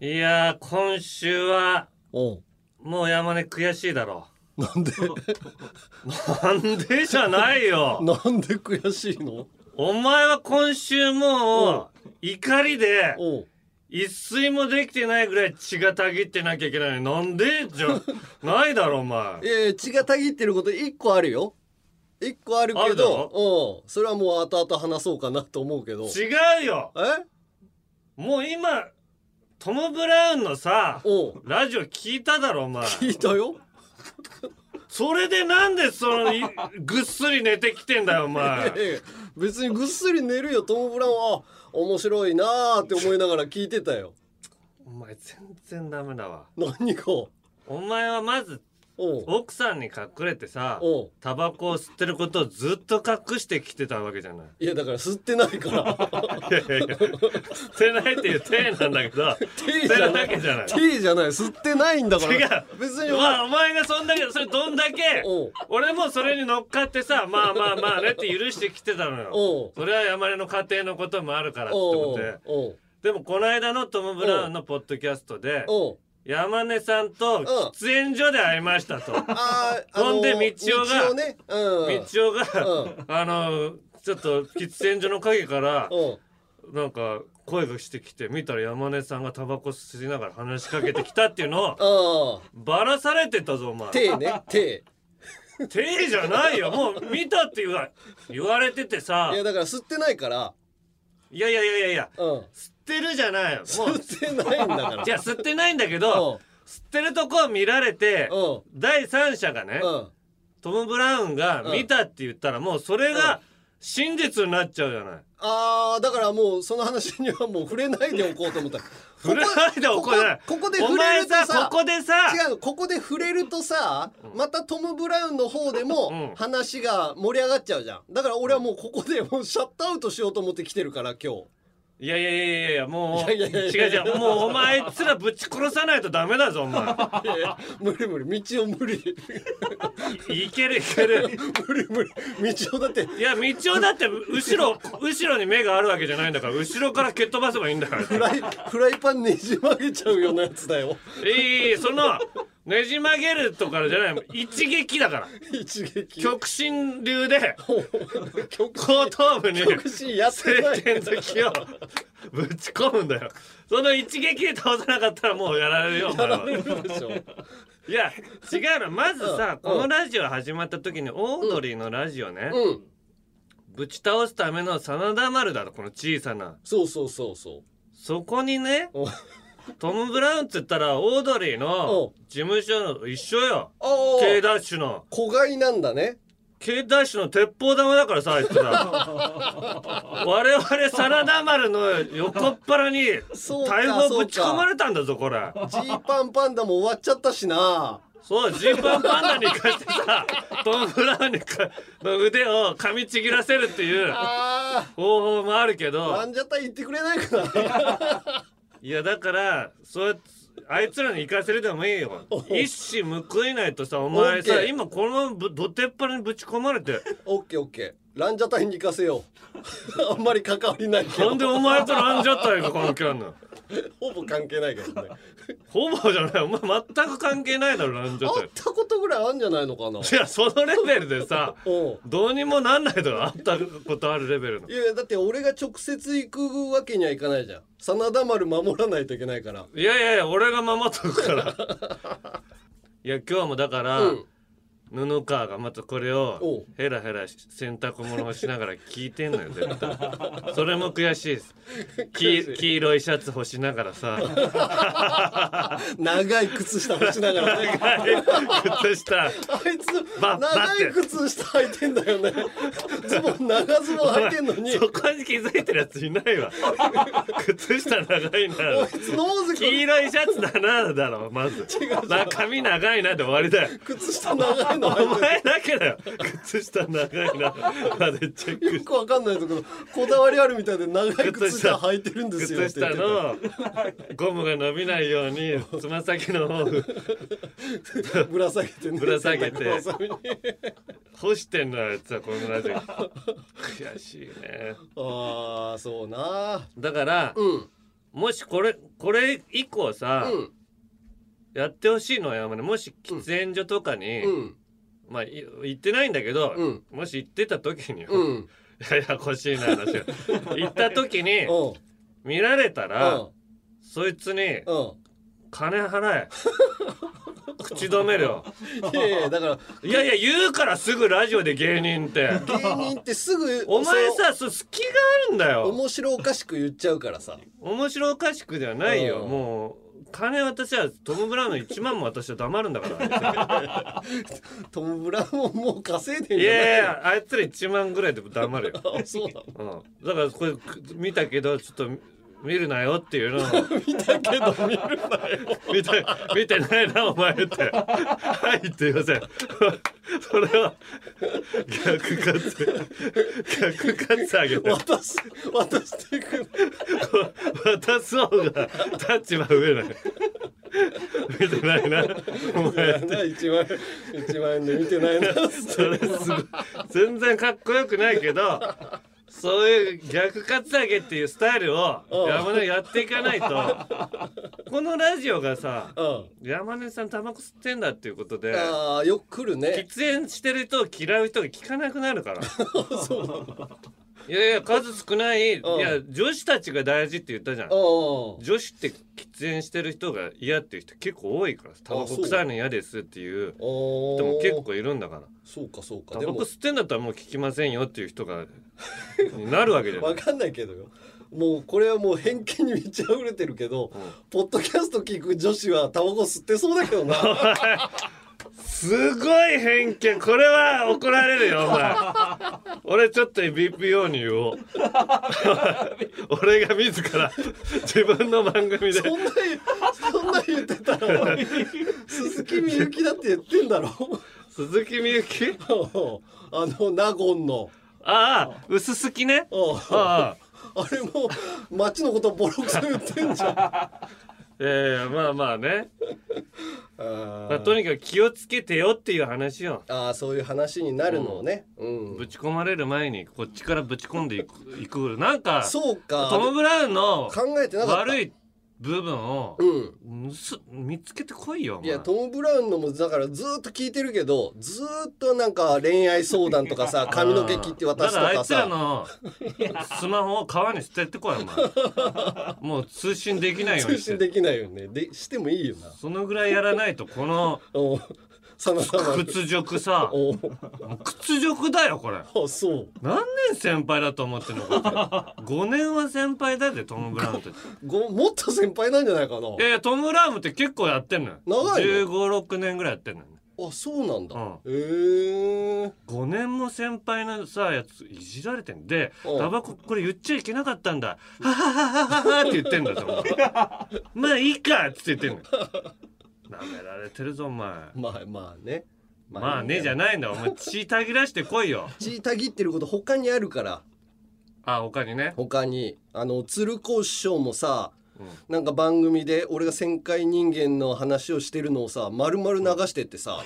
いやー今週はおうもう山根悔しいだろな んでなんでじゃないよなんで悔しいのお前は今週もう怒りでおう一睡もできてないぐらい血がたぎってなきゃいけないのになんでじゃないだろお前えー、血がたぎってること一個あるよ一個あるあけるだろどうんそれはもう後々話そうかなと思うけど違うよえもう今トム・ブラウンのさおうラジオ聞いただろお前聞いたよそれでなんでそのいぐっすり寝てきてんだよお前いやいや別にぐっすり寝るよトム・ブラウンはあ面白いなーって思いながら聞いてたよお前全然ダメだわ何かおお前はまずう奥さんに隠れてさおうタバコを吸ってることをずっと隠してきてたわけじゃない いやだから吸ってないから いやいやいや吸ってないっていう体なんだけ ど吸っ T てじゃるなだいけじゃない T じゃない吸ってないんだから違う別にまあお前がそんだけそれどんだけおう俺もそれに乗っかってさまあまあまあねって許してきてたのよおうそれは山根の家庭のこともあるからっておことうでおうでもこの間のトム・ブラウンのポッドキャストでおう山根さんと喫煙所で会いました とあーほんであの道夫が道夫ねうん道夫がうんあのちょっと喫煙所の陰からうんなんか声がしてきて見たら山根さんがタバコ吸いながら話しかけてきたっていうのをあばらされてたぞお前あ手ね手ていじゃないよもう見たって言わ言われててさいやだから吸ってないからいやいやいやいやいやうん吸ってるじゃないよもう吸ってないんだからじゃあ吸ってないんだけうんど吸ってるとこを見られてうん第三者がねうんトム・ブラウンが見たって言ったらもうそれが真実になっちゃうじゃないあーだからもうその話にはもう触れないでおこうと思った触れないでおこうじゃないここここでお触れ前るとささここでさ違うのここで触れるとさまたトム・ブラウンの方でうんも話が盛り上がっちゃうじゃんだから俺はもうここでもうシャットアウトしようと思って来てるから今 日いやいやいやいやいやもういやいやいやいや違う違うもうお前つらぶち殺さないとダメだぞお前いやいや無理無理道を無理いけるいける無理無理道をだっていや道をだって後ろ後ろに目があるわけじゃないんだから後ろから蹴っ飛ばせばいいんだからフライフライパンねじ曲げちゃうようなやつだよいいいいいそのねじ曲げるとかじゃない一撃だから一撃極真流で曲後頭部に曲しやってな定い点突きをぶち込むんだよその一撃で倒さなかったらもうやられるよお前はでしょいや違うのまずさうんこのラジオ始まった時にオードリーのラジオね、うんぶち倒すための真田丸だろこの小さなそうそうそうそうそこにねおトム・ブラウンっつったらオードリーのお事務所の一緒よああ K ダッシュの子飼いなんだね K ダッシュの鉄砲玉だからさあいつ ら我々真田丸の横っ腹にそうか大砲そうかぶち込まれたんだぞこれジーパンパンダも終わっちゃったしなそうジーパンパンダに貸してさトム・ブラウンにかの腕を噛みちぎらせるっていうあ方法もあるけーなんどじゃったら言ってくれないかないやだからそうやっあいつらに行かせるでもいいよ一矢報いないとさお前オさッケー今このままぶどてっぱらにぶち込まれてオッケーオッケーランジャタイに行かせようあんまり関わりないけなどんでお前とランジャタイが関係あんのほぼ関係ないけどねほぼじゃないお前全く関係ないだろランジャタ会っイたことぐらいあんじゃないのかないやそのレベルでさおうどうにもなんないだろあったことあるレベルのいやだって俺が直接行くわけにはいかないじゃん真田丸守らないといけないからいやいやいや俺が守っとくから いや今日もだから、うん布川がまたこれおをうヘラヘラ洗濯物をしながら聞いてんのよ絶対 それも悔しいですき悔しい黄色いシャツ干しながらさ長い靴下干しなが らね靴下あいつば長い靴下履いてんだよねズボン長ズボン履いてんの にそこに気づいてるやついない わ靴下長いなこいつ野大関黄色いシャツだなだろまず中身長いなで終わりだよ靴下長いのお 履いて前だけだよ靴下長いなまでチェックるしよくわかんないところこだわりあるみたいで長い靴下履いてるんですよ靴って言っ下てたのゴムが伸びないようにつま先の方ぶら下げてねぶら下げてぶら下げて干してんのあいつはこのラジオ悔しいね ああそうなだから、うんもしこれこれ以降さ、うんやってほしいのは山根もし喫煙所とかに、うんまあい行ってないんだけど、うんもし行ってた時に、うやんやこしいな話が行った時にうん見られたら、うんそいつにう「金払え」口止めるよんいやいやだからいやいや言うからすぐラジオで芸人って芸人ってすぐ お前そのさそう好きがあるんだよ面白おかしく言っちゃうからさ面白おかしくではないよ、うんもう金私はトム・ブラウンの1万も私は黙るんだからトム・ブラウンももう稼 いでんいじゃないやいやあいつら1万ぐらいでも黙るよ、あそうなのうん、だからこれ見たけどちょっと見るなよっていうのを 見たけど見るなよ見て見てないなお前ってはいって言いませんそれは逆カッツ逆カッツあげて渡す渡してくる渡そうが立場上ない見てないなお前1万円1万円で見てな いなそれすごい全然かっこよくないけどそういう逆カツアゲっていうスタイルをうん山根やっていかないとこのラジオがさうん山根さんタバコ吸ってんだっていうことでああよく来るね喫煙してる人を嫌う人が聞かなくなる からいやいや数少ないいうんや女子たちが大事って言ったじゃんうん女子って喫煙してる人が嫌っていう人結構多いからタバコ臭いの嫌ですっていうお人ーも結構いるんだからそうかそうかタでバもコ吸ってんだったらもう聞きませんよっていう人がになるわけじゃないわ かんないけどよもうこれはもう偏見に満ち溢れてるけど、ポッドキャスト聞く女子はタバコ吸ってそうだけどなすごい偏見これは怒られるよお前 俺ちょっと BPO に言おう俺が自ら自分の番組でそんなそんな言ってたら鈴木みゆきだって言ってんだろ鈴木みゆきあの納言のああ薄すきねああああれもう町のことボロクソ言ってんじゃんええまあまあね、あまあ、とにかく気をつけてよっていう話よあーそういう話になるのをね、うんぶち込まれる前にこっちからぶち込んでいくいくなんかそうかトム・ブラウンの考えてなかった悪い、い部分をうん、むす見つけてこいよおい前やトム・ブラウンのもだからずーっと聞いてるけどずーっとなんか恋愛相談とか さ髪の毛切って渡すとだからあかいつらさの スマホを川に捨ててこいお前もう通信できないよう通にし信てできないよねでしてもいいよなそのぐらいやらないとこ のおさまさま屈辱さ お屈辱だよこれあそう何年先輩だと思ってんのか5 年は先輩だでトム・ブラウンっていごもっと先輩なんじゃないかなやいやトム・ブラウンって結構やってんのよ長い1の5 6年ぐらいやってんのよねあそうなんだ、うへんえ5年も先輩のさやついじられてんでうんタバコこれ言っちゃいけなかったんだははははははって言ってんだ ぞお前まあいいかっつって言ってんのなめられてるぞお前まあまあねまあねじゃなないんだお前血たぎらしてこいよ血たぎってること他にあるからあ他にね他にあの鶴光師匠もさうんなんか番組で俺が旋回人間の話をしてるのをさ丸々流してってさ、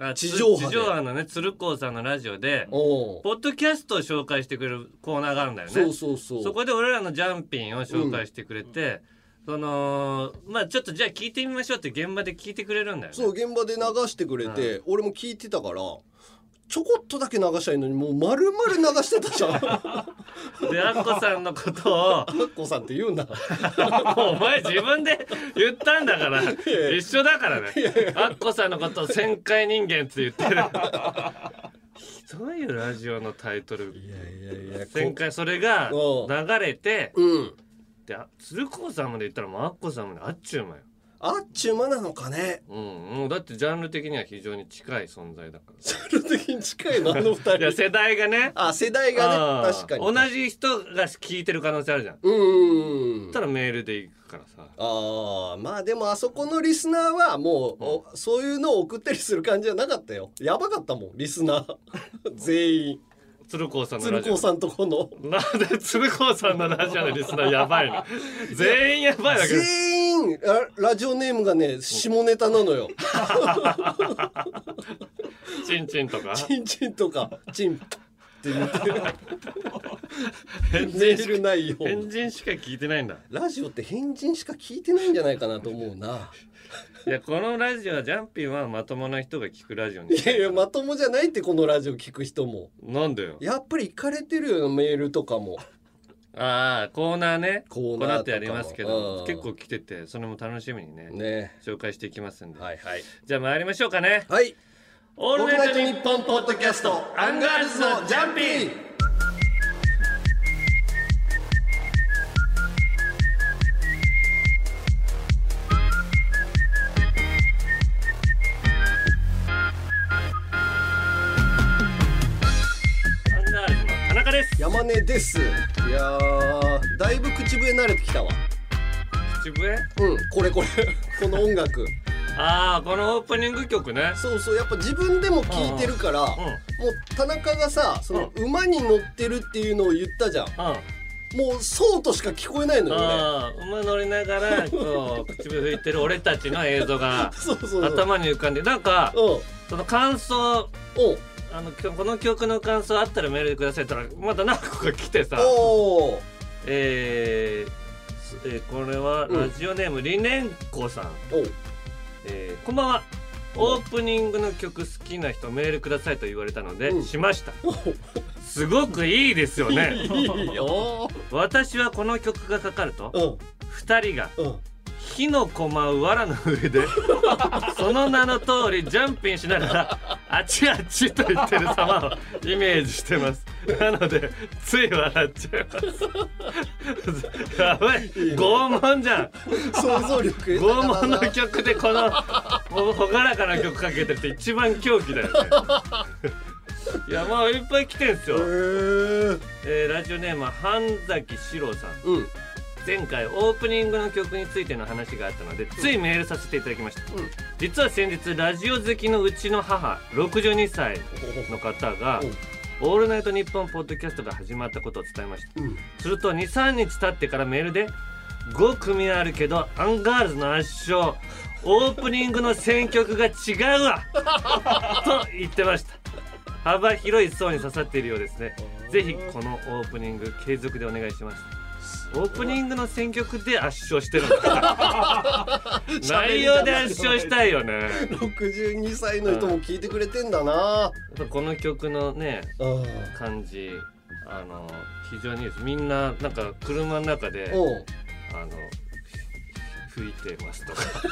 あつ地上波で地上波のね鶴光さんのラジオでおうポッドキャストを紹介してくれるコーナーがあるんだよねそうそうそうそこで俺らのジャンピンを紹介してくれて、そのまあちょっとじゃあ聞いてみましょうって現場で聞いてくれるんだよねそう現場で流してくれて、俺も聞いてたからちょこっとだけ流したいのにもう丸々流してたじ ゃんあでアッコさんのことをっこさんって言うなもうお前自分で言ったんだから一緒だからねアッコさんのことを「旋回人間」って言ってるひどいよラジオのタイトルいやいやいや旋回それが流れてうんであ鶴光さんまで言ったらもうアッコさんまであっちゅうまよ、あっちゅう間なのかねうん、もうだってジャンル的には非常に近い存在だか それ的に近いのあの二らいや人世代がねあ世代があねー確かに同じ人が聞いてる可能性あるじゃんうんうんうんそしたらメールで行くからさああまあでもあそこのリスナーはもう、おそういうのを送ったりする感じじゃなかったよやばかったもんリスナ ー全員鶴光さんの鶴ラジオ光さんとこのなんで鶴光さんのラジオのリスナーやばいの全員やばいわけです全員ララジオネームがね下ネタ なのよチンチンとかチンチンとかチンって言ってる変メ人ーしルか内容変人しか聞いてないんだラジオって変人しか聞いてないんじゃないかなと思うないやこのラジオはジャンピンはまともな人が聞くラジオにいやいやまともじゃないってこのラジオ聞く人 もなんだよやっぱり行かれてるよメールとかもああコーナーねココーーナーとかナもーってやりますけうどん結構来ててそれも楽しみにねね紹介していきますんで、はいはいじゃあ参りましょうかねはいオオールナイトニッポンポンポッドキャストアンガールズのジャンピンアンガールズの田中です山根ですいやーだいぶ口笛慣れてきたわ口笛うんこれこれ この音楽ああこのオープニング曲ねそうそうやっぱ自分でも聞いてるから、うんもう田中がさその馬に乗ってるっていうのを言ったじゃんうんもうそうとしか聞こえないのよねああ馬乗りながらこう口笛吹いてる俺たちの映像がそうそうそう頭に浮かんでなんかうんその感想うんあのきょこの記憶の感想あったらメールでくださいって言ったらまた何個か来てさおおえーすえーこれはうんラジオネームりねんこさん、おえーこんばんはオープニングの曲好きな人メールくださいと言われたので、うんしましたすごくいいですよ ねいいよ私はこの曲がかかるとうん2人がうん火の駒を藁の上 でその名の通りジャンピンしながらあちあちと言ってる様をイメージしてますなのでつい笑っちゃいますやばいいいね拷問じゃん想像力拷豊かだ問なの曲でこのほがらかな曲かけてるって一番狂気だよ ねいやまあいっぱい来てんすよ、へーえーラジオネームは半崎史郎さんうんうん前回オープニングの曲についての話があったのでついメールさせていただきました、うん実は先日ラジオ好きのうちの母62歳の方がうん「オールナイトニッポン」ポッドキャストが始まったことを伝えましたうんすると23日経ってからメールで「5組あるけどアンガールズの圧勝オープニングの選曲が違うわ」 と言ってました幅広い層に刺さっているようですねぜひこのオープニング継続でお願いしますオープニングの選曲で圧勝してるんだ内容で圧勝したいよねや62歳の人も聞いてくれてんだなっぱこの曲のねうんうん感じあの非常にいいですみんななんか車の中であのふ吹いてますとか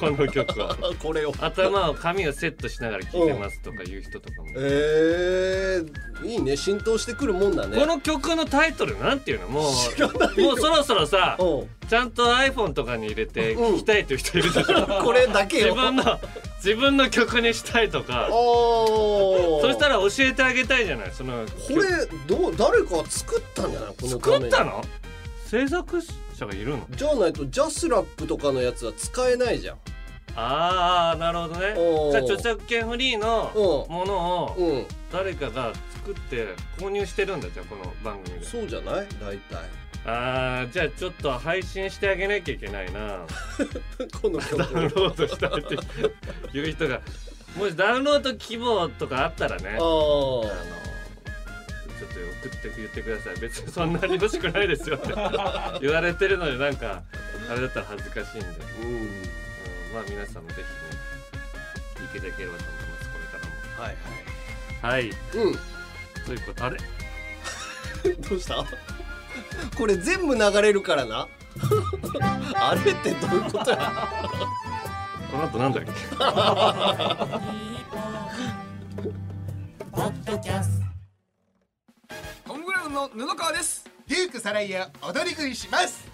この曲 はあこれを頭を髪をセットしながら聴いてますとかいう人とかも、えー、いいね浸透してくるもんだねこの曲のタイトルなんていうのも知らなうもうそろそろさうんちゃんと iPhone とかに入れて聴きたいっていう人いるでしょ、 これだけ自よ分の自分の曲にしたいとかおおそしたらら教えてあげたいじゃないそのこれどう誰か作ったんじゃないこの作ったのの制作者がいるのじゃないとジャスラップとかのやつは使えないじゃんああなるほどねおーじゃあ著作権フリーのうものをんうん誰かが作って購入してるんだじゃあこの番組でそうじゃない大体あーじゃあちょっと配信してあげなきゃいけない なこの曲ダウンロードしたいっていう人がもしダウンロード希望とかあったらねをあああのちょっと送って言ってください別にそんなに欲しくないですよって 言われてるのでなんかあれだったら恥ずかしいんで、うん、うんまあ皆さんもぜひね聞いていただければと思いますこれからはいもはいはいうんということあれどうしたこれ全部流れるからな あれってどういうことやこの後なんだっけトム・ブラウンの布川ですデュークサライヤを踊り食いします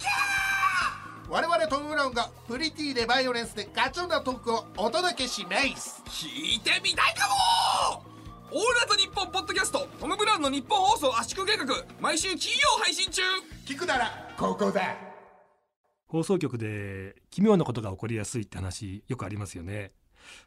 我々トム・ブラウンがプリティでバイオレンスでガチョンなトークをお届けします聞いてみたいかもオールナイトニッポンポッドキャストトム・ブラウンの日本放送圧縮計画毎週金曜配信中聞くならここだ放送局で奇妙なことが起こりやすいって話よくありますよね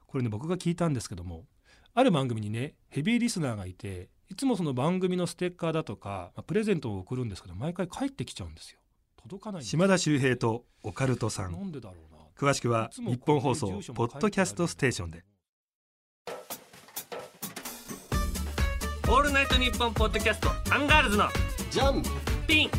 これね僕が聞いたんですけどもある番組にねヘビーリスナーがいていつもその番組のステッカーだとか、まあプレゼントを送るんですけど毎回帰ってきちゃうんですよ届かないんです島田秀平とオカルトさなんんでだろうな詳しくは日本放送ポッドキャストステーションでオールナイトニッポンポッドキャストアンガールズのじゃんピン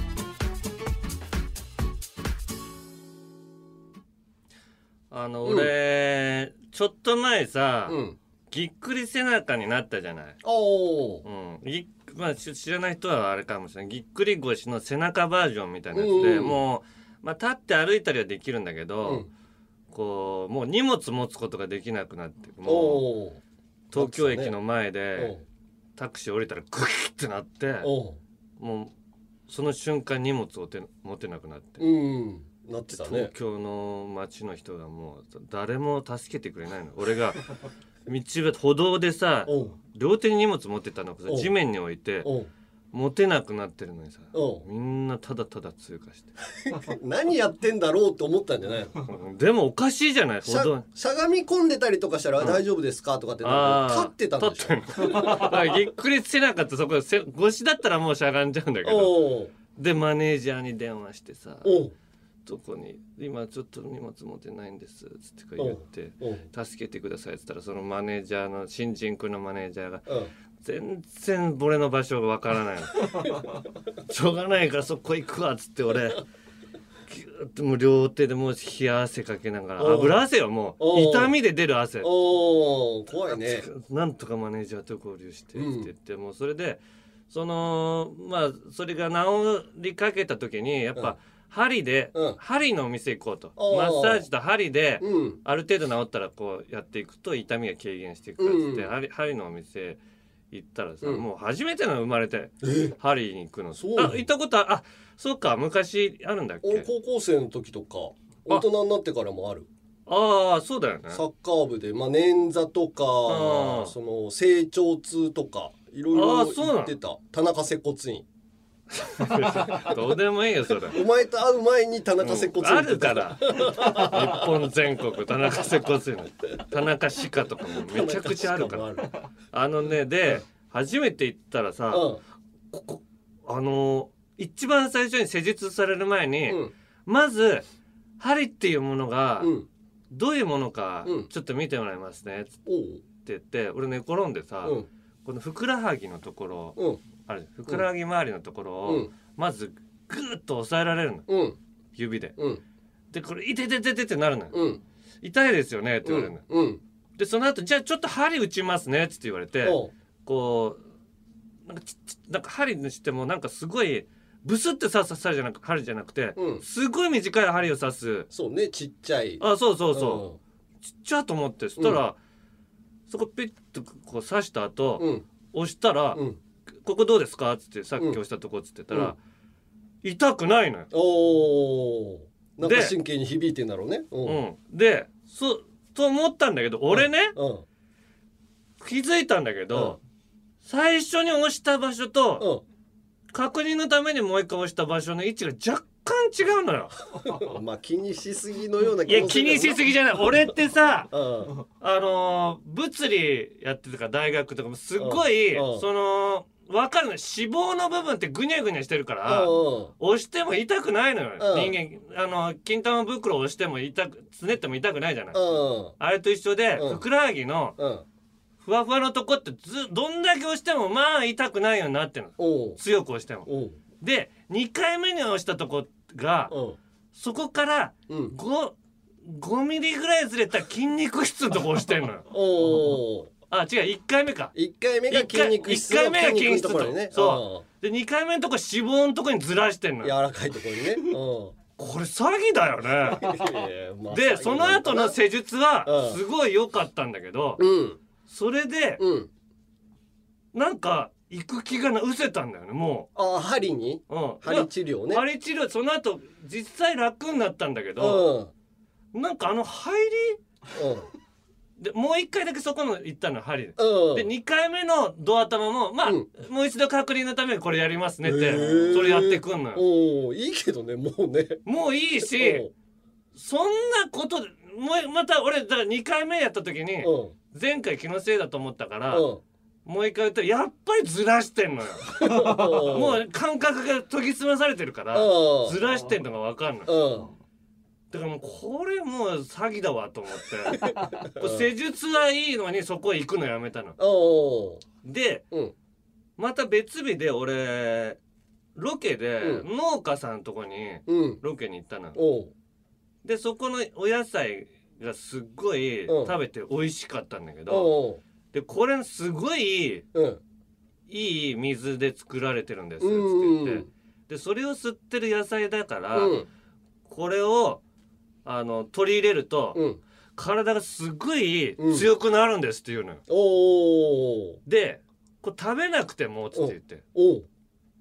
あのうん俺、ちょっと前さ、うんぎっくり背中になったじゃない、おーうんぎっまあ、し知らない人はあれかもしれないぎっくり腰の背中バージョンみたいなやつで、うんもう、まあ、立って歩いたりはできるんだけど、うんこうもう荷物持つことができなくなってもうおー東京駅の前でおータクシー降りたらグキッてなっておーもうその瞬間荷物を手持てなくなって。うんなってた東ね京の街の人がもう誰も助けてくれないの俺が道端歩道でさおう両手に荷物持ってたのをさおう地面に置いておう持てなくなってるのにさおうみんなただただ通過 して何やってんだろうと思ったんじゃない のうんでもおかしいじゃない歩しゃ道しゃがみ込んでたりとかしたら大丈夫ですかとかってなあんかー立ってたんでし立ってんのだから ぎっくり背中ってそこせ腰だったらもうしゃがんじゃうんだけょどおうでマネージャーに電話してさおうどこに今ちょっと荷物持てないんですつってこう言っておう助けてくださいっつったらそのマネージャーの新人君のマネージャーがうん全然俺の場所がわからないの しょうがないからそこ行くわっつって俺ぎゅーっともう両手でもう冷や汗かけながらおう油汗よもうおう痛みで出る汗おお怖いねなんとかマネージャーと合流してってうん言って、もうそれでそのまあそれが治りかけた時にやっうんぱ針で、うん針のお店行こうとおうマッサージと針で、うんある程度治ったらこうやっていくと痛みが軽減していくからっつって、うん針針のお店行ったらさ、うんもう初めてなの生まれて針に行くのそうなのあ行ったことああそうか昔あるんだっ俺け高校生の時とか大人になってからもあるああそうだよねサッカー部で、まあ、捻挫とあかーその成長痛とかいろいあろーそうなの言ってた田中接骨院 どうでもいいよそれお前と会う前に田中接骨院あ行ってるたから日本全国田中接骨院田中歯科とかもめちゃくちゃあるから田中接骨院もあのねで初めて行ったらさ、あるここあの一番最初に施術される前に、うんうんまず針っていうものがうんどういうものかうんちょっと見てもらいますねっつってお言って俺寝転んでさ、うこのふくらはぎのところうんあるじゃんふくらはぎ周りのところうをんまずグーッと押さえられるのうん指で。うんでこれ「痛いてててて」ってなるのようん「痛いですよね」って言うわれるのんようんでその後じゃあちょっと針打ちますね」っつって言われておうこうなんかちっちなんか針にしてもなんかすごいブスって刺す針じゃなく針じゃなくてうんすごい短い針を刺すそうねちっちゃいあそうそうそう。ちっちゃと思ってそしたら、そこピッとこう刺した後、うん押したら、うんここどうですか?」っつってさっきうん押したとこっつってたら、痛くないのよ。おおーなんかで神経に響いてんだろうねううんでそと思ったんだけど俺ね、うん気づいたんだけど、最初に押した場所と、うん確認のためにもう一回押した場所の位置が若干違うの よ。まあ気にしすぎのようないや気にしすぎじゃない俺ってさゃうんあのー物理やってたから大学とかもすっごい、うんうんその分かるの脂肪の部分ってぐにゃぐにゃしてるから、うん押しても痛くないのよ、うん人間あの金玉袋を押しても痛くつねっても痛くないじゃない、うんあれと一緒で、うんふくらはぎのうんふわふわのとこってずどんだけ押してもまあ痛くないようになってるのおう強く押してもおうで2回目に押したとこがうんそこからうん5 5ミリぐらいずれた筋肉質のとこ押してんのよおうあ違う1回目か一回目が筋肉質一回目が筋肉質のところにねそで2回目のとこ脂肪のとこにずらしてんうのん柔よらかいところにねうこれ詐欺だよ ねんいやいやまあでその後の施術はうんすごい良かったんだけどうんそれでうんなんか行く気がな失せたんだよねもあ針にう、うん、針治療ねあれ治療その後実際楽になったんだけうんど、なんかあの入うんりでもう一回だけそこの行ったの針で。うんで2回目のドア玉もまあ、うんもう一度確認のためにこれやりますねって、へーそれやってくんのよおういいけどねもうねもういいし、そんなことでもうまた俺だから2回目やった時におう前回気のせいだと思ったからうんもう一回言ったらやっぱりずらしてんのようんもう感覚が研ぎ澄まされてるからうんずらしてんのが分かんないうんだからもうこれもう詐欺だわと思 ってこれ施術はいいのにそこへ行くのやめたのおうでうんまた別日で俺ロケでう農家さんとこにうんロケに行ったのよおうでそこのお野菜がすっごいうん食べて美味しかったんだけどおうでこれすごいうんいい水で作られてるんですうっつんって言うってんでそれを吸ってる野菜だからうんこれをあの取り入れるうとん体がすごいうん強くなるんですって言うのよ。おうでこれ食べなくてもっつって言っておう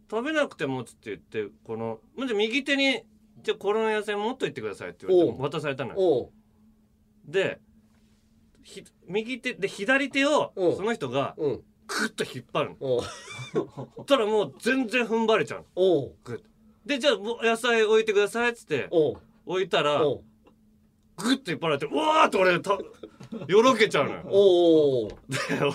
食べなくてもっつって言ってこのまず右手にじゃあこの野菜持っといてくださいって言われおてう渡されたのよ。おうでひ右手で左手をおうその人がうんグッと引っ張るの。おうそしたらもう全然踏ん張れちゃうの。おうグッとでじゃあもう野菜置いてくださいっつっておう置いたらおうグッと引っ張られてうわーって俺たよろけちゃうのよ。おう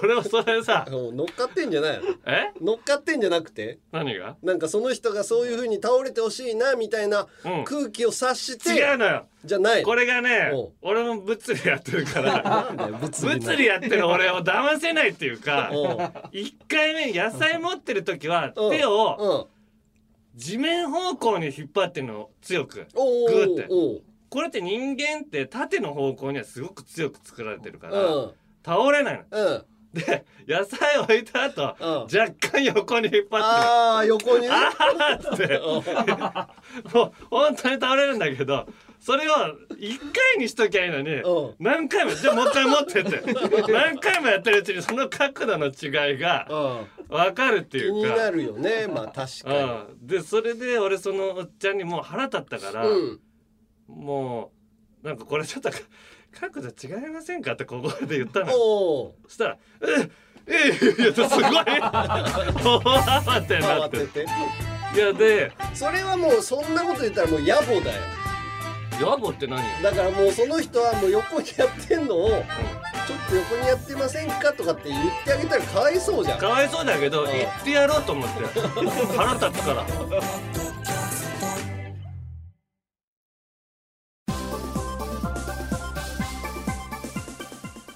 俺はそれさおう乗っかってんじゃないのえ乗っかってんじゃなくて何が、なんかその人がそういう風に倒れてほしいなみたいなうん、空気を察して違うのよじゃないこれがねおう俺も物理やってる からなんだよ物理の物理やってる俺を騙せないっていうかおう1回目野菜持ってる時はうん手をうん地面方向に引っ張ってるの強くおうグーっておうこれって人間って縦の方向にはすごく強く作られてるかうらん倒れないのうんで野菜置いた後うん若干横に引っ張ってああ横にねるあーってもう本当に倒れるんだけどそれを1回にしときゃいいのにうん何回もじゃあもう一回持って って何回もやってるうちにその角度の違いがうん分かるってい気にうなか。るよねまあ確かうん、でそれで俺そのおっちゃんにもう腹立ったから、にうんもうなんかこれちょっとか角度違いませんかってここで言ったのおうそしたら「ええいやすごい 慌てにな慌っててていやでそれはもうそんなこと言ったらもう野暮だよ野暮って何よだからもうその人はもう横にやってんのをちょっと横にやってませんかとかって言ってあげたらかわいそうじゃんかわいそうだけどん言ってやろうと思って腹立つから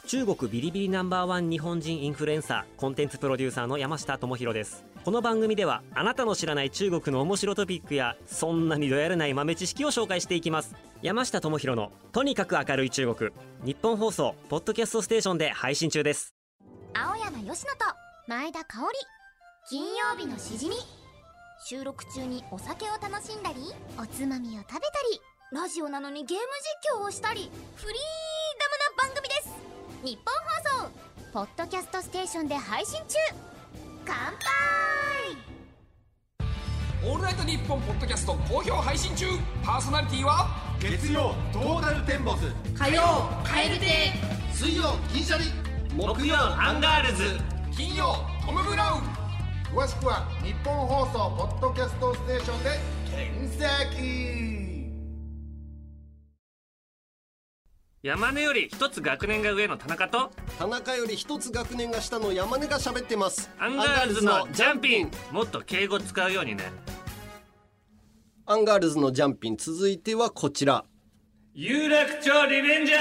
中国ビリビリナンバーワン日本人インフルエンサーコンテンツプロデューサーの山下智博ですこの番組ではあなたの知らない中国の面白トピックやそんなにどやらない豆知識を紹介していきます山下智博のとにかく明るい中国日本放送ポッドキャストステーションで配信中です青山佳乃と前田香織金曜日のしじみ収録中にお酒を楽しんだりおつまみを食べたりラジオなのにゲーム実況をしたりフリーダムな番組です日本放送ポッドキャストステーションで配信中乾オ杯ールナイトニッポンポッドキャスト好評配信中パーソナリティは月曜トータルテンボス火曜カエル亭水曜銀シャリ木曜アンガールズ金曜トム・ブラウン詳しくは日本放送ポッドキャストステーションで検索山根より一つ学年が上の田中と田中より一つ学年が下の山根が喋ってますアンガールズのジャンピンもっと敬語使うようにねアンガールズのジャンピン続いてはこちら有楽町リベンジャー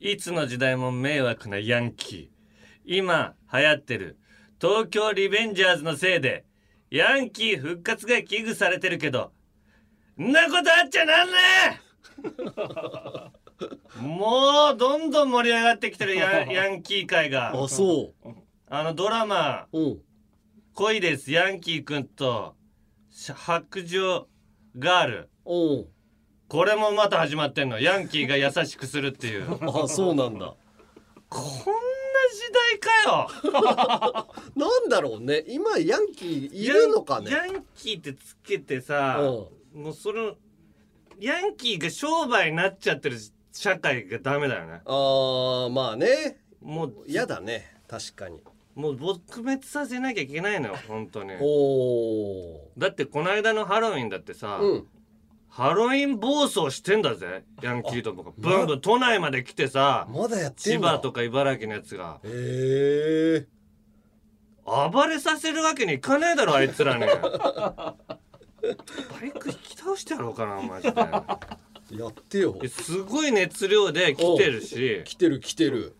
ズいつの時代も迷惑なヤンキー今流行ってる東京リベンジャーズのせいでヤンキー復活が危惧されてるけどんなことあっちゃなんね えもうどんどん盛り上がってきてるヤンヤンキー界があそあのドラマううん「恋ですヤンキーくんとし白状ガールおう」これもまた始まってんのヤンキーが優しくするって いうこんなあそうなん だ時代かよなんだろうね今ヤンキーいるのかねヤンヤンキーってつけてさもうそのヤンキーが商売になっちゃってる社会がダメだよねあーまあねもう嫌だね確かにもう撲滅させなきゃいけないのよ本当におおだってこの間のハロウィンだってさ、ーうんハロウィン暴走してんだぜヤンキーとかブンブン都内まで来てさまだやって千んだ葉とか茨城のやつがへえ暴れさせるわけにいかねえだろあいつらにバイク引き倒してやろうかなマジでやってよえすごい熱量で来てるし来てる来てる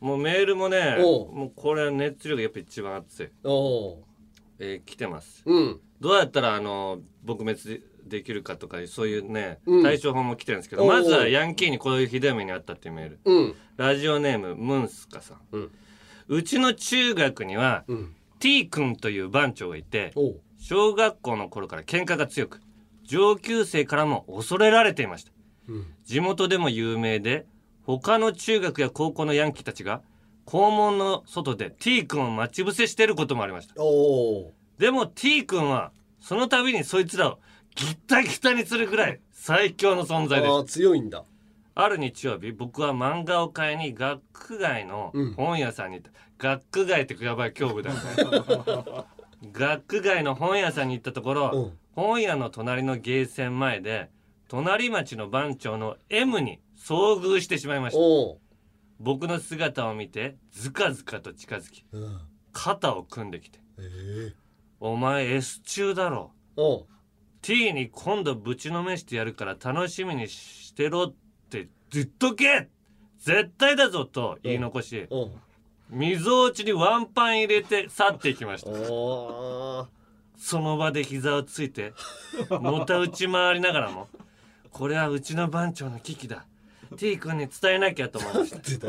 もうメールもねおうもうこれ熱量がやっぱ一番熱い、おうえー来てますうんどうやったらあの撲滅できるかとかそういうね、うん対処法も来てるんですけおどうまずはヤンキーにこういうひどい目にあったっていうメールうんラジオネームムンスカさん、うんうちの中学にはうん T 君という番長がいておう小学校の頃から喧嘩が強く上級生からも恐れられていましたうん地元でも有名で他の中学や高校のヤンキーたちが校門の外で T 君を待ち伏せしていることもありましたおうでも T 君はその度にそいつらをギッタギタにするぐらい最強の存あ在ですー強いんだある日曜日僕は漫画を買いに学外の本屋さんに行った、学外ってやばい恐怖だよ ね学外の本屋さんに行ったところ、うん本屋の隣のゲーセン前で隣町の番長の M に遭遇してしまいましたおう僕の姿を見てずかずかと近づきうん肩を組んできてええ「お前 S 中だろおう T に今度ぶちのめしてやるから楽しみにしてろってずっとけ絶対だぞ」と言い残しおう溝落ちにワンパン入れて去っていきましたあその場で膝をつい てのた打ち回りながらも「これはうちの番長の危機だ」T 君に伝えなきゃと思いま した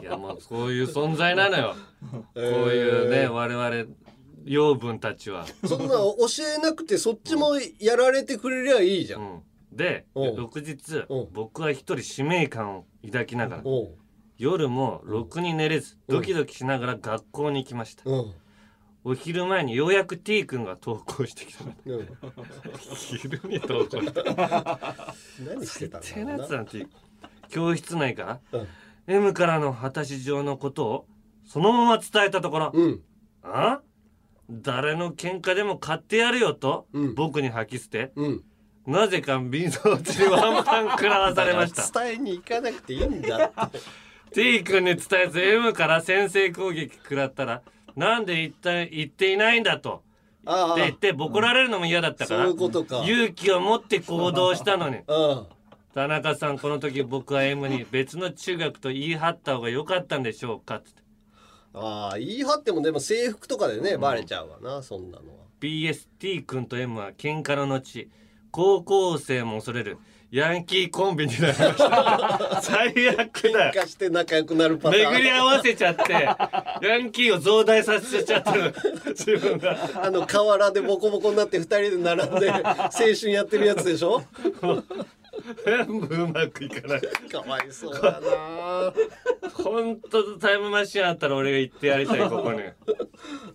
いやもうこういう存在なのよ、こうこういうね我々養分たちは、そんな教えなくてそっちもやられてくれりゃいいじゃ。うんん、でおう翌日おう僕は一人使命感を抱きながらおう夜もろくに寝れずドキドキしながら学校に行きましたうんお昼前にようやく T 君が投稿して きたうん昼に投稿した何してたん手なだろやうつなんて教室内からな。うん M からの果たし状のことをそのまま伝えたところ「うんあ誰の喧嘩でも買ってやるよ」とうん僕に吐き捨てうん。なぜか水落ちにワンパン食らわされました 伝えに行かなくていいんだって。 T 君に伝えず M から先制攻撃食らったらなんで言った言っていないんだとあって言ってボコられるのも嫌だったあ、かそういらうことか。勇気を持って行動したのにうん。田中さんこの時僕は M に別の中学と言い張った方が良かったんでしょうかってああ、言い張ってもでも制服とかでね、バレちゃうわな、そんなのは。 PST 君と M は喧嘩の後高校生も恐れるヤンキーコンビになりました 最悪だよ喧嘩して仲良くなるパターン。巡り合わせちゃってヤンキーを増大させちゃってる自分があの河原でボコボコになって二人で並んで青春やってるやつでしょ 全部うまくいかないかわいそうだな、 本当タイムマシンあったら俺が行ってやりたいここにえ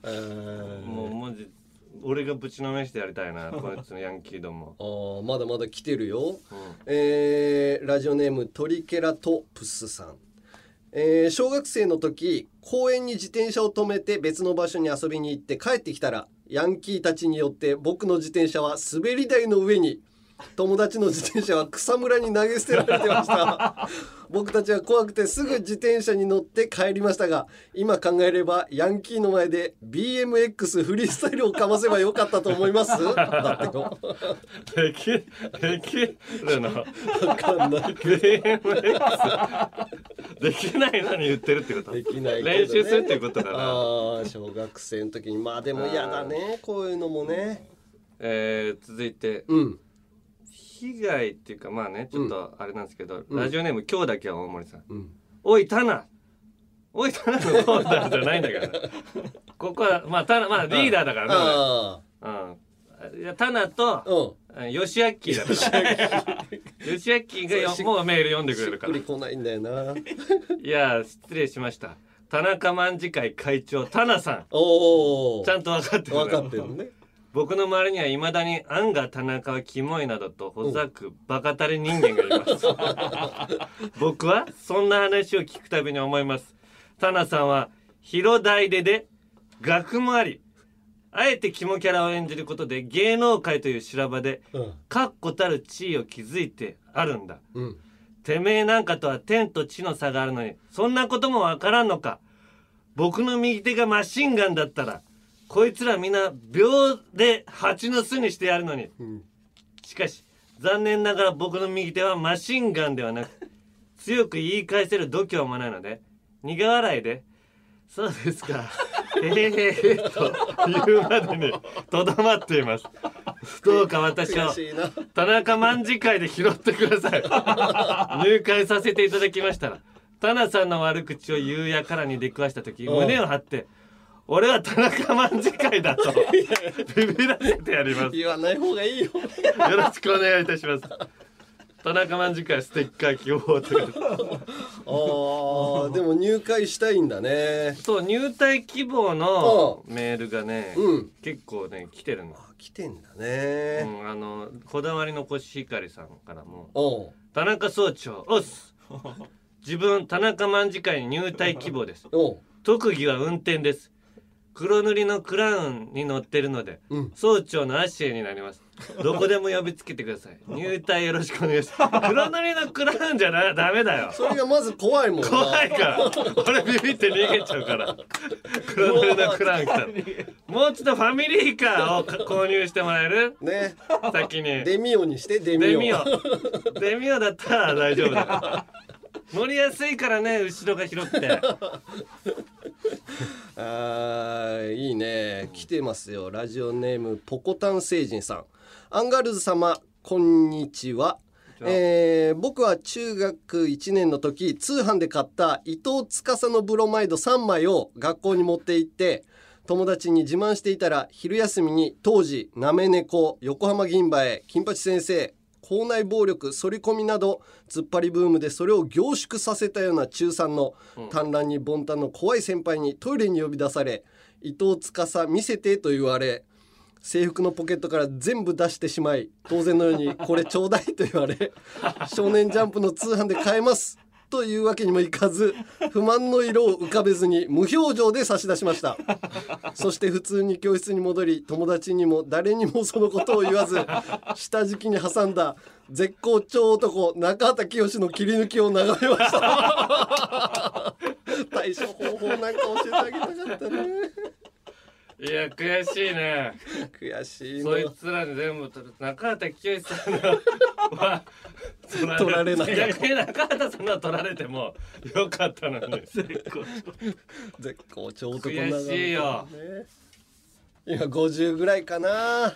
ーもうマジ俺がぶちのめしてやりたいなこいつのヤンキーどもあーまだまだ来てるよ、んえーラジオネームトリケラトプスさん、えー小学生の時公園に自転車を止めて別の場所に遊びに行って帰ってきたらヤンキーたちによって僕の自転車は滑り台の上に友達の自転車は草むらに投げ捨てられてました僕たちは怖くてすぐ自転車に乗って帰りましたが今考えればヤンキーの前で BMX フリースタイルをかませばよかったと思いますだってよできできる のわかんない BMX できないのに言ってるってことできないけど、ね、練習するってことだなああ小学生の時にまあでも嫌だねこういうのもねえー、続いてうん被害っていうかまあねちょっとあれなんですけど、ラジオネーム今日だけは大森さんうんおい、タナおい、タナのコーナーじゃないんだ から。ここは、まあ、タナ、まあ、リーダーだからねあ俺。うん。いや、タナとあ、うんうんヨシアッキーだから。ヨシアッキーがよもうメール読んでくしれっるかくら。りいこないんだよなや、失礼しました。田中卍会会長、タナさん。おおちゃんと分かってる、分かってるね僕の周りにはいまだに「アンガ田中はキモい」などとほざくバカタレ人間がいます僕はそんな話を聞くたびに思いますタナさんは広大でで学もありあえてキモキャラを演じることで芸能界という修羅場でうん確固たる地位を築いてあるんだうんてめえなんかとは天と地の差があるのにそんなこともわからんのか僕の右手がマシンガンだったらこいつらみんな秒で蜂の巣にしてやるのに、しかし残念ながら僕の右手はマシンガンではなく強く言い返せる度胸もないので苦笑いで「そうですか」ええと言うまでにとどまっていますどうか私を悔しいな田中卍会で拾ってくださ い入会させていただきましたら田中さんの悪口を言うやからに出くわした時うん胸を張って「俺は田中卍会だ」とビビらせてやりますよ言わない方がいい よろしくお願いいたします田中卍会ステッカー希望とかああでも入会したいんだねそう入隊希望のメールがね、うん結構ね来てるの、あ来てんだうね、ん、あのこだわりのコシヒカリさんからもおう田中総長おっす自分田中卍会に入隊希望ですおう特技は運転です黒塗りのクラウンに乗ってるので、うん総長のアッシェイになりますどこでも呼びつけてください入隊よろしくお願いします黒塗りのクラウンじゃなダメだよそれがまず怖いもんな怖いから俺ビビって逃げちゃうから黒塗りのクラウン来たらもうちょっとファミリーカーを購入してもらえるね先にデミオにしてデミデオミオデミオだったら大丈夫だから乗りやすいからね後ろが広くてあーいいね来てますよラジオネームポコタン星人さんアンガールズ様こんにちはえー僕は中学1年の時通販で買った伊藤司のブロマイド3枚を学校に持って行って友達に自慢していたら昼休みに当時なめ猫横浜銀歯へ金八先生校内暴力反り込みなど突っ張りブームでそれを凝縮させたような中3の短乱に凡退の怖い先輩にトイレに呼び出され伊藤司見せてと言われ制服のポケットから全部出してしまい当然のように「これちょうだい」と言われ「少年ジャンプの通販で買えます」というわけにもいかず不満の色を浮かべずに無表情で差し出しましたそして普通に教室に戻り友達にも誰にもそのことを言 わず下敷きに挟んだ絶好調男中畑清の切り抜きを眺めました 対処方法なんか教えてあげたかったねいや悔しいね悔しいそいのつらに全部取る中畑清さんのは取られない逆に中畑さんのは取られてもよかったのに絶好調男悔しいよ今50ぐらい かな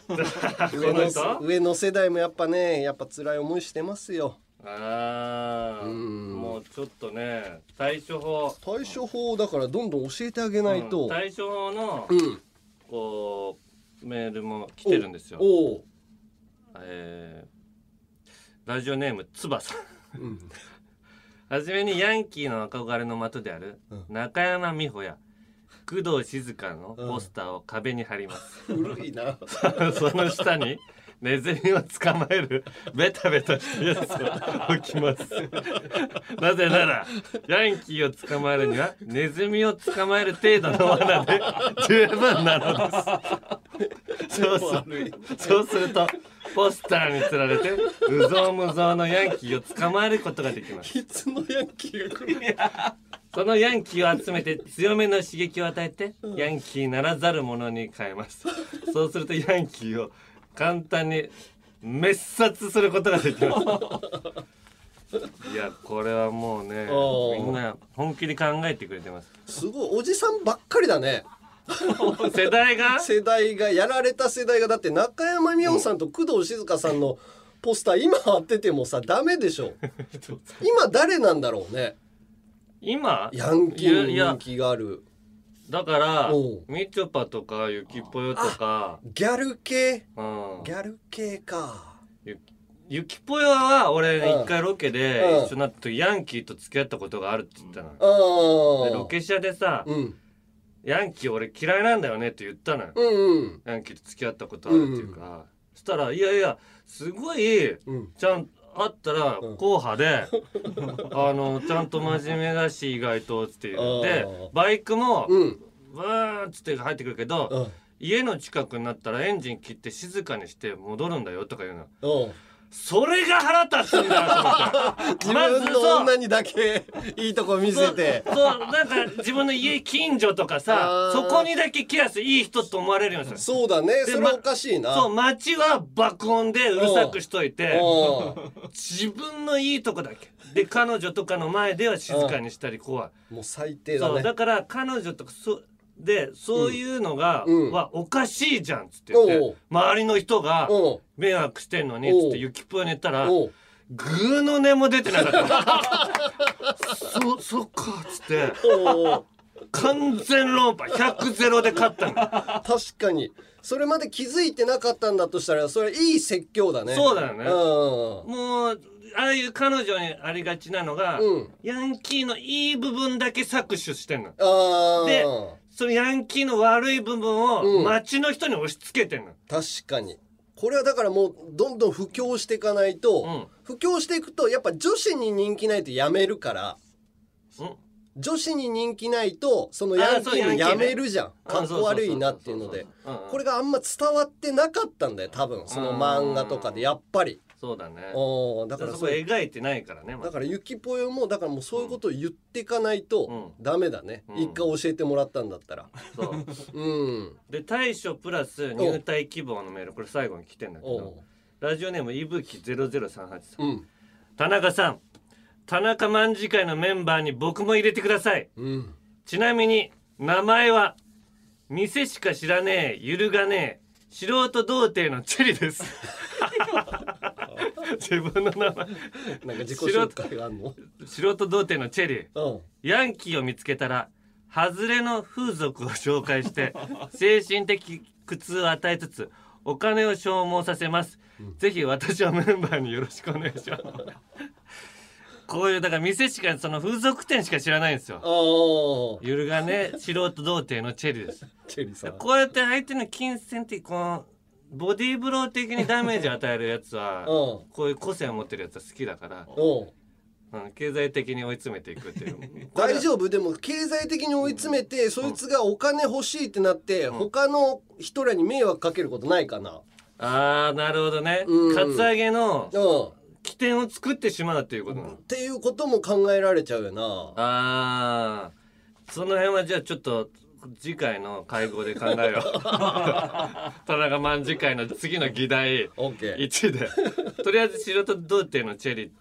上このの人上の世代もやっぱねやっぱ辛い思いしてますよああうんもうちょっとね対処法対処法をだからどんどん教えてあげないと、うん対処法のうんこうメールも来てるんですよおおう、えーラジオネームつばさんうん、はじめにヤンキーの憧れの的であるうん中山美穂や工藤静香のポスターを壁に貼ります、古いな その下にネズミを捕まえるベタベタしたやつを置きますなぜならヤンキーを捕まえるにはネズミを捕まえる程度の罠で十分なのですそうするそうするとポスターにつられてうぞうむぞうのヤンキーを捕まえることができますいつのヤンキーが来るそのヤンキーを集めて強めの刺激を与えて、ヤンキーならざる者に変えます。そうするとヤンキーを簡単に滅殺することができます。いやこれはもうねおーみんな本気で考えてくれてますすごいおじさんばっかりだね世代が世代がやられた世代がだって中山美穂さんと工藤静香さんのポスター今貼っててもさダメでしょ今誰なんだろうね今ヤンキーにいや人気があるいやだからおうみちょぱとかゆきぽよとかギャル系うんギャル系かゆゆきぽよは俺うん一回ロケで一緒になった時ヤンキーと付き合ったことがあるって言ったのあでーロケ車でさ、うんヤンキー俺嫌いなんだよねって言ったのよ、うんうんヤンキーと付き合ったことあるっていうから、そしたら「いやいやすごいうんちゃんあったらうん硬派 で、あのちゃんと真面目だし意外と」って言っあてーバイクもうんブーンっつって入ってくるけど、うん家の近くになったらエンジン切って静かにして戻るんだよとか言うの。うんそれが腹立つんだと自思ってまず分のそう女にだけいいと こ見せてそうそうなんか自分の家近所とかさあーそこにだけケアすいい人と思われるようにするそうだねでそれおかしいなそう街は爆音でうるさくしといてう自分のいいとこだけで彼女とかの前では静かにしたり怖いんもう最低だそうねだから彼女とかそでそういうのが、うんはおかしいじゃんっつって言っておう周りの人がうん迷惑してんのにっつっおてうゆきぷーに言ったらおうぐーの音も出てなかった そそっかっつっておう完全論破100ゼロで勝ったの確かにそれまで気づいてなかったんだとしたらそれいい説教だねそうだよねよもうああいう彼女にありがちなのが、うんうんヤンキーのいい部分だけ搾取してんのあであそのヤンキーの悪い部分うをん街の人に押し付けてんの、確かにこれはだからもうどんどん布教していかないと、布教していくとやっぱ女子に人気ないとやめるからうん女子に人気ないとそのヤンキあそうーヤンもキーねやめるじゃんかっこ悪いなっていうのでこれがあんま伝わってなかったんだよ多分その漫画とかでやっぱりそうだねおーだだかかららそこそういう描いてないからねまだだからゆきぽよもだからもうそういうことを言っていかないとうダメだね、うん一回教えてもらったんだったらそう うんで大将プラス入隊希望のメールこれ最後に来てんだけおどうラジオネームいぶき0038さんうん田中さん田中卍会のメンバーに僕も入れてくださいうんちなみに名前は店しか知らねえ揺るがねえ素人童貞のチェリです自分の名前なんか自己紹介があんの素人童貞のチェリ うんヤンキーを見つけたら外れの風俗を紹介して精神的苦痛を与えつつお金を消耗させます、ぜひ私はメンバーによろしくお願いしますこういうだから店しかその風俗店しか知らないんですよああゆるがね素人童貞のチェリですチェリーさんこうやって相手の金銭的このボディーブロー的にダメージを与えるやつは うこういう個性を持ってるやつは好きだから、うんうん、経済的に追い詰めていくって いう大丈夫でも経済的に追い詰めて、そいつがお金欲しいってなって、他の人らに迷惑かけることないかなああなるほどね、うんカツアゲのうんっ起点を作ってしまうっていうことなの、ていうことも考えられちゃうよなああその辺はじゃあちょっと次回の会合で考えよう 田中万次会の次の議題 OK 1で とりあえず素人童貞のチェリー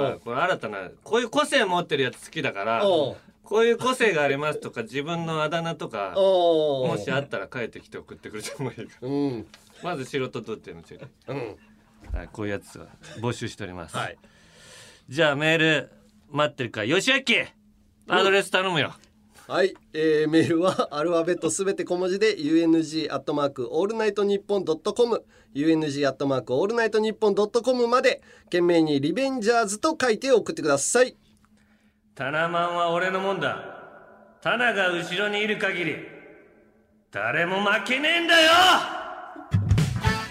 はこれ新たなこういう個性持ってるやつ好きだからおうこういう個性がありますとか自分のあだ名とかおうもしあったら書いてきて送ってくれてもいいからうんまず素人童貞のチェリーうんはい、こういうやつは募集しております。はいじゃあメール待ってるから、よしあきアドレス頼むよ。はい、えーメールは アルファベットすべて小文字で UNG アットマークオールナイトニッポンドットコム UNG アットマークオールナイトニッポンドットコムまで懸命にリベンジャーズと書いて送ってくださいタナマンは俺のもんだ。タナが後ろにいる限り、誰も負けねえんだよ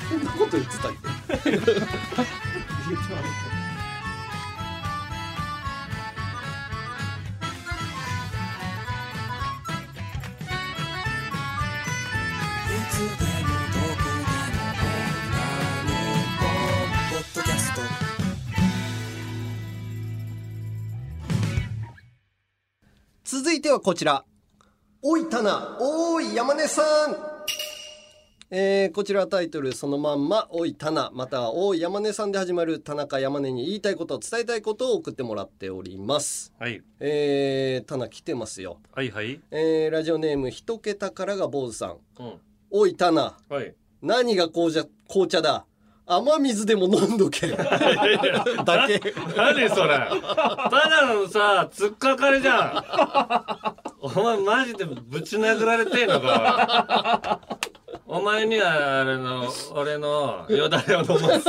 こんなこと言ってたっけ続いてはこちら。おい、たな、おーい、山根さん。えーこちらはタイトルそのまんま「おいたな」または「おい山根さん」で始まる田中山根に言いたいこと伝えたいことを送ってもらっております。はい、えー、たな来てますよ。はいはい。えーラジオネーム一桁からが坊主さん。うん。おいたなはい。何が紅茶紅茶だ雨水でも飲んど け。だけ。何それただのさ、突っかかりじゃん。お前マジでぶち殴られてんのか。おいお前にはあれの、俺のよだれを飲ます。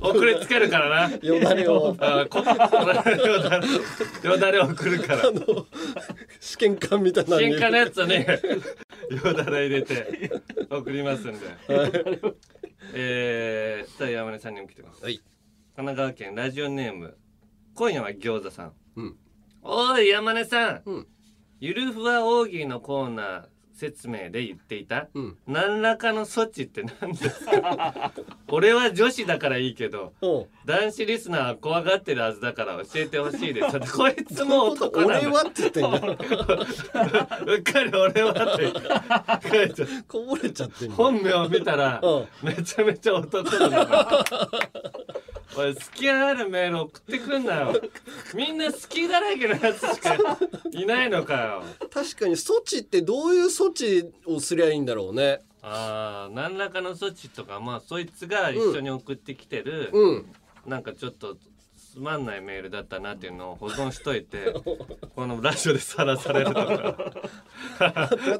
送りつけるからな。よだれをあこよだれよだれ送るから。試験管みたいなのに進化のやつね、 よだれ入れて送りますんで。 えー、さあ山根さんにも来てます。はい神奈川県ラジオネーム今夜は餃子さん、うんおい山根さん、うんゆるふわ奥義のコーナー説明で言っていた、うん何らかの措置って何ですか 俺は女子だからいいけどおう男子リスナーは怖がってるはずだから教えてほしい ですだってこいつも男な俺のはって言ってんじゃ んうっかり俺はって書いちゃうこぼれちゃってんじゃん本名を見たらうんめちゃめちゃ男だなおい好きあるメール送ってくんなよみんな好きだらけのやつしかいないのかよ確かに措置ってどういう措置をすりゃいいんだろうねあー何らかの措置とかまあそいつが一緒に送ってきてる、うんなんかちょっとつまんないメールだったなっていうのを保存しといてこのラジオでさらされるとか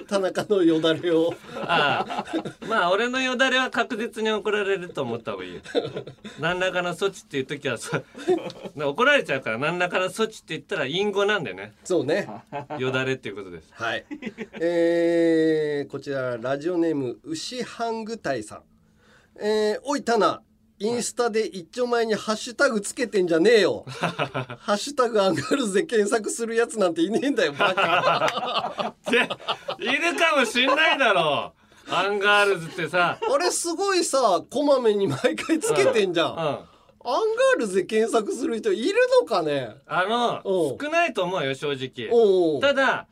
田中のよだれをああまあ俺のよだれは確実に怒られると思った方がいいよ何らかの措置っていう時はさ怒られちゃうから何らかの措置って言ったら隠語なんでねそうねよだれっていうことです はい。えー、こちらラジオネーム牛ハングタイさん。えー、おいタナ、インスタで一丁前にハッシュタグつけてんじゃねえ よ。ハッシュタグ上がるぜ検索するやつなんていねえんだよバ カ。でいるかもしんないだろうアンガールズってさあれすごいさ、こまめに毎回つけてん じゃん。うアンんガールズで検索する人いるのかね。あのおう少ないと思うよ正直おうただ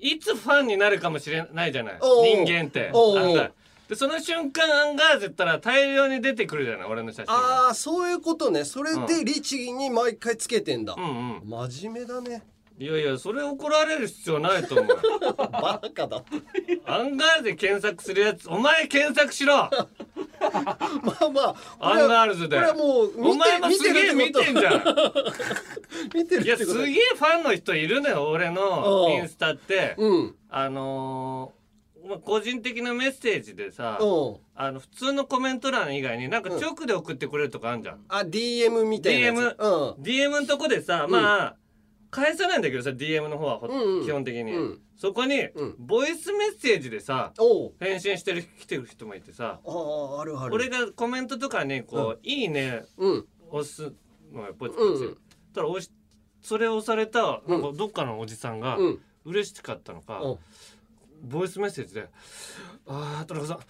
いつファンになるかもしれないじゃないおう人間っておうアンガールでその瞬間アンガールズって言ったら大量に出てくるじゃない俺の写真がああ、そういうことね。それで律儀に毎回つけてんだう。んうん真面目だね。いやいやそれ怒られる必要ないと 思うバカだ。 アンガールズで検索するやつお前検索しろまあまあ。アンガールズでこれはもうお見前ても見すてげえるって見ことてんじ ゃん見てるっいやてこすとげえファンの人いるのよ俺のうんインスタってうんあのーまあ個人的なメッセージでさうんあの普通のコメント欄以外になんか直で送ってくれるとかあんじゃんあ DM みたいなやつ DM う DM のとこでさまあ返さないんだけどさ DM の方はほうんうん基本的にうんそこにうんボイスメッセージでさん返信してる来てる人もいてさおうあああるある俺がコメントとかねこう「いいねうん」押すのよポチポチ、うんたら押しそれを押されたうなんんかどっかのおじさんがうん嬉しかったのか、うんボイスメッセージで「ああ田中さんあ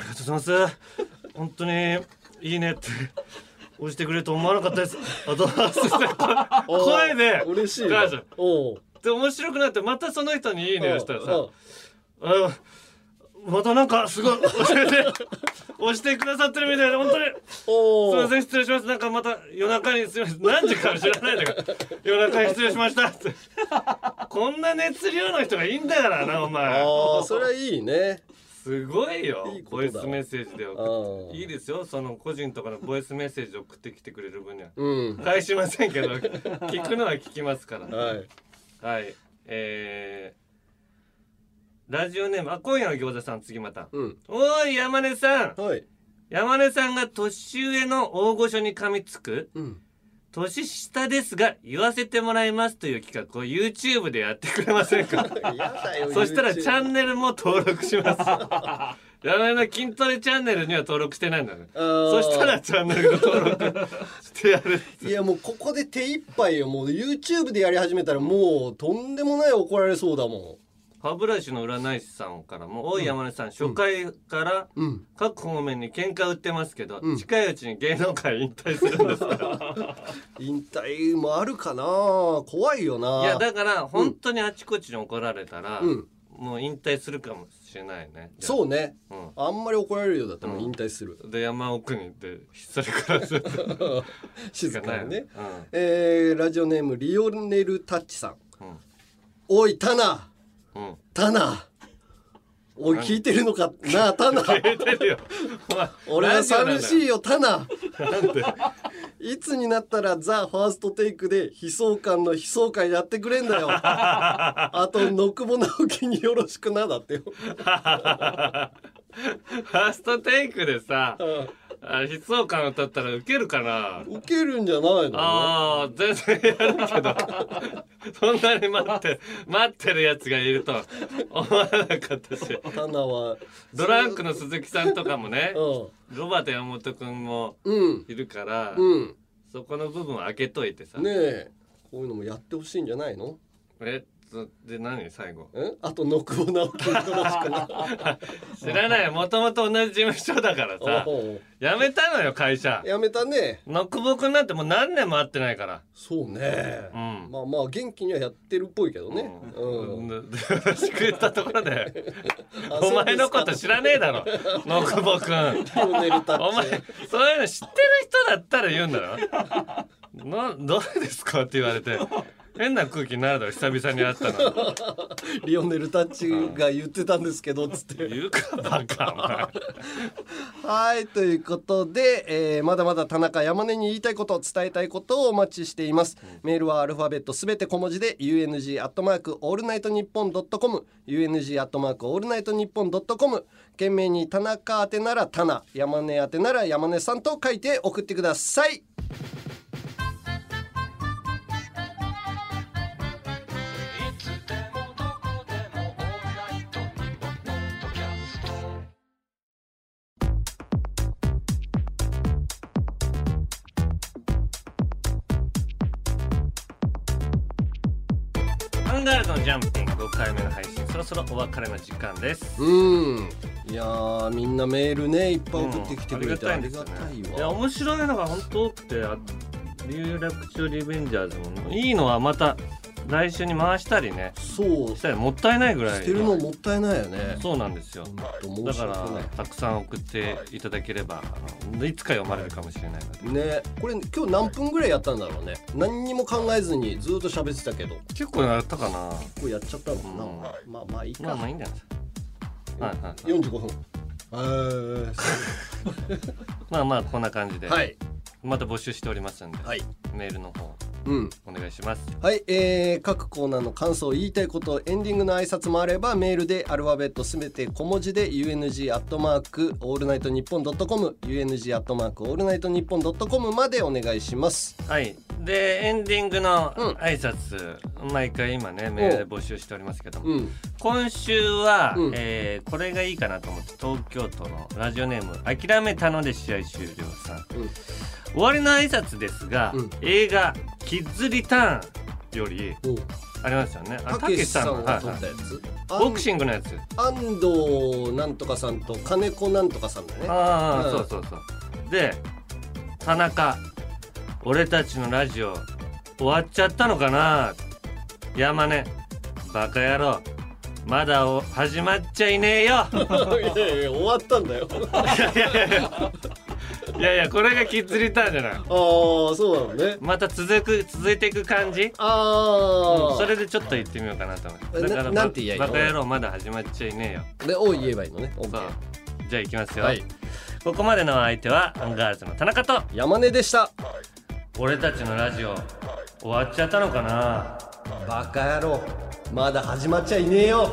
りがとうございます本当にいいね」って。押してくれると思わなかったです。あと、 おう声で、嬉しい感謝おうで、面白くなって、またその人にいいねをしたらさおう、あまたなんかすごい教えて押してくださってるみたいで本当におすうみません失礼しますなんかまた夜中にすみません何時から知らないんだから夜中に失礼しましたってこんな熱量の人がいいんだからなお前ああそれはいいねすごいよいいこボとイだスメッセージであ送っーていいですよその個人とかのボイスメッセージ送ってきてくれる分にはうん返しませんけど聞くのは聞きますからはいはいえー、ラジオネームあ今夜の餃子さん次またうんおい山根さんはい山根さんが年上の大御所に噛みつくうん 年下ですが言わせてもらいますという企画を YouTube でやってくれません かやだよそしたら YouTube チャンネルも登録します山根の筋トレチャンネルには登録してないんだねあーそしたらチャンネル登録してやるいやもうここで手一杯よもう YouTube でやり始めたらもうとんでもない怒られそうだも歯ブラシの占い師さんからも「おい山根さん初回からんうん各方面に喧嘩売ってますけど、うん近いうちに芸能界引退するんですか? 」引退もあるかな怖いよないいやだから本当にあちこちに怒られたら、うんもう引退するかもしれないねそううねうんあんまり怒られるようだったらもう引退する、で山奥に行ってひっそり暮らすって静かにね、うんえーラジオネームリオネルタッチさんうん「おいタナうんタナおい聞いてるの かなあタナ聞いてるよお前俺は寂しいいよタナなんでいつになったらザ・ファーストテイクで悲壮感の悲壮会やってくれ んだよあと野久保直樹によろしくなだってよファーストテイクでさあ悲壮感歌ったらウケるかなウケるんじゃないのああ全然やるけどそんなに待って待ってるやつがいるとは思わなかったしタナはドランクの鈴木さんとかもねうロバート山本君もんうんいるから、うんそこの部分は開けといてさ、ねえこういうのもやってほしいんじゃないのえとで何最後んあとノクボ直樹の 話かな知らないもともと同じ事務所だからさおう辞めたのよ会社やめたねノクボクなんてもう何年も会ってないからそうね、うんまあまあ元気にはやってるっぽいけどね、うんうん、救ったとこ ろであお前のこと知らねえだろノクボくん そうですかトンネルタッチお前そういうの知ってる人だったら言うんだろなどうですかって言われて変な空気になるだろ久々に会ったのリオネルタッチが言ってたんですけどつって言うかバカはいということで、えーまだまだ田中山根に言いたいこと伝えたいことをお待ちしています、メールはアルファベットすべて小文字で UNG アットマークオールナイトニッポンドットコム UNG アットマークオールナイトニッポンドットコム懸命に田中宛てなら田名山根宛てなら山根さんと書いて送ってくださいお前アンガールズのジャンピン5回目の配信そろそろお別れの時間ですうーんいやーみんなメールねいっぱい送ってきてくれて、うんあありりががたたいいわいや面白いのが本当多くてあ有楽町リベンジャーズもいいのはまた来週に回したりねそうし捨たりもったいないぐらいてるのもったいないよねそうなんですよ本当だ申しか訳ないらたくさん送っていただければあのいつか読まれるかもしれないのでねこれ今日何分ぐらいやったんだろうね何にも考えずにずっと喋ってたけど結構やったかなこれやっちゃったのかな、うんまあまあいいまあか、まあいいんじゃないですかはいはいはい45分えまあまあこんな感じで、ーはいまた募集しておりますんで、はいメールの方うんお願いしますはい、えー各コーナーの感想言いたいことエンディングの挨拶もあればメールでアルファベットすべて小文字で UNG アットマークオールナイトニッポンドットコム UNG アットマークオールナイトニッポンドットコムまでお願いしますはいでエンディングのうん挨拶、毎回今ねメールで募集しておりますけども、うん今週は、うんえーこれがいいかなと思って東京都のラジオネーム「諦めたので試合終了」さん、うん終わりの挨拶ですが、うん映画「キッズリターン」よりありますよねあたけしさんたがけし撮ったはいやつはいボクシングのやつ安藤なんとかさんと金子なんとかさんだねああ、うんそうそうそうで田中俺たちのラジオ終わっちゃったのかな山根バカ野郎まだお始まっちゃいねえよいやいや終わったんだよあいやいやいやいやいやこれがキッズリターンじゃないあそうなのねまた続く続いていく感じああ、それでちょっと言ってみようかなと思ってだなからなバんて言えばいバいのカ野郎まだ始まっちゃいねえよでを言えばいいのねオッケそうーじゃあいきますよ、はいここまでの相手はアンガールズの田中と山根でした俺たちのラジオ終わっちゃったのかなバカ野郎まだ始まっちゃいねえよ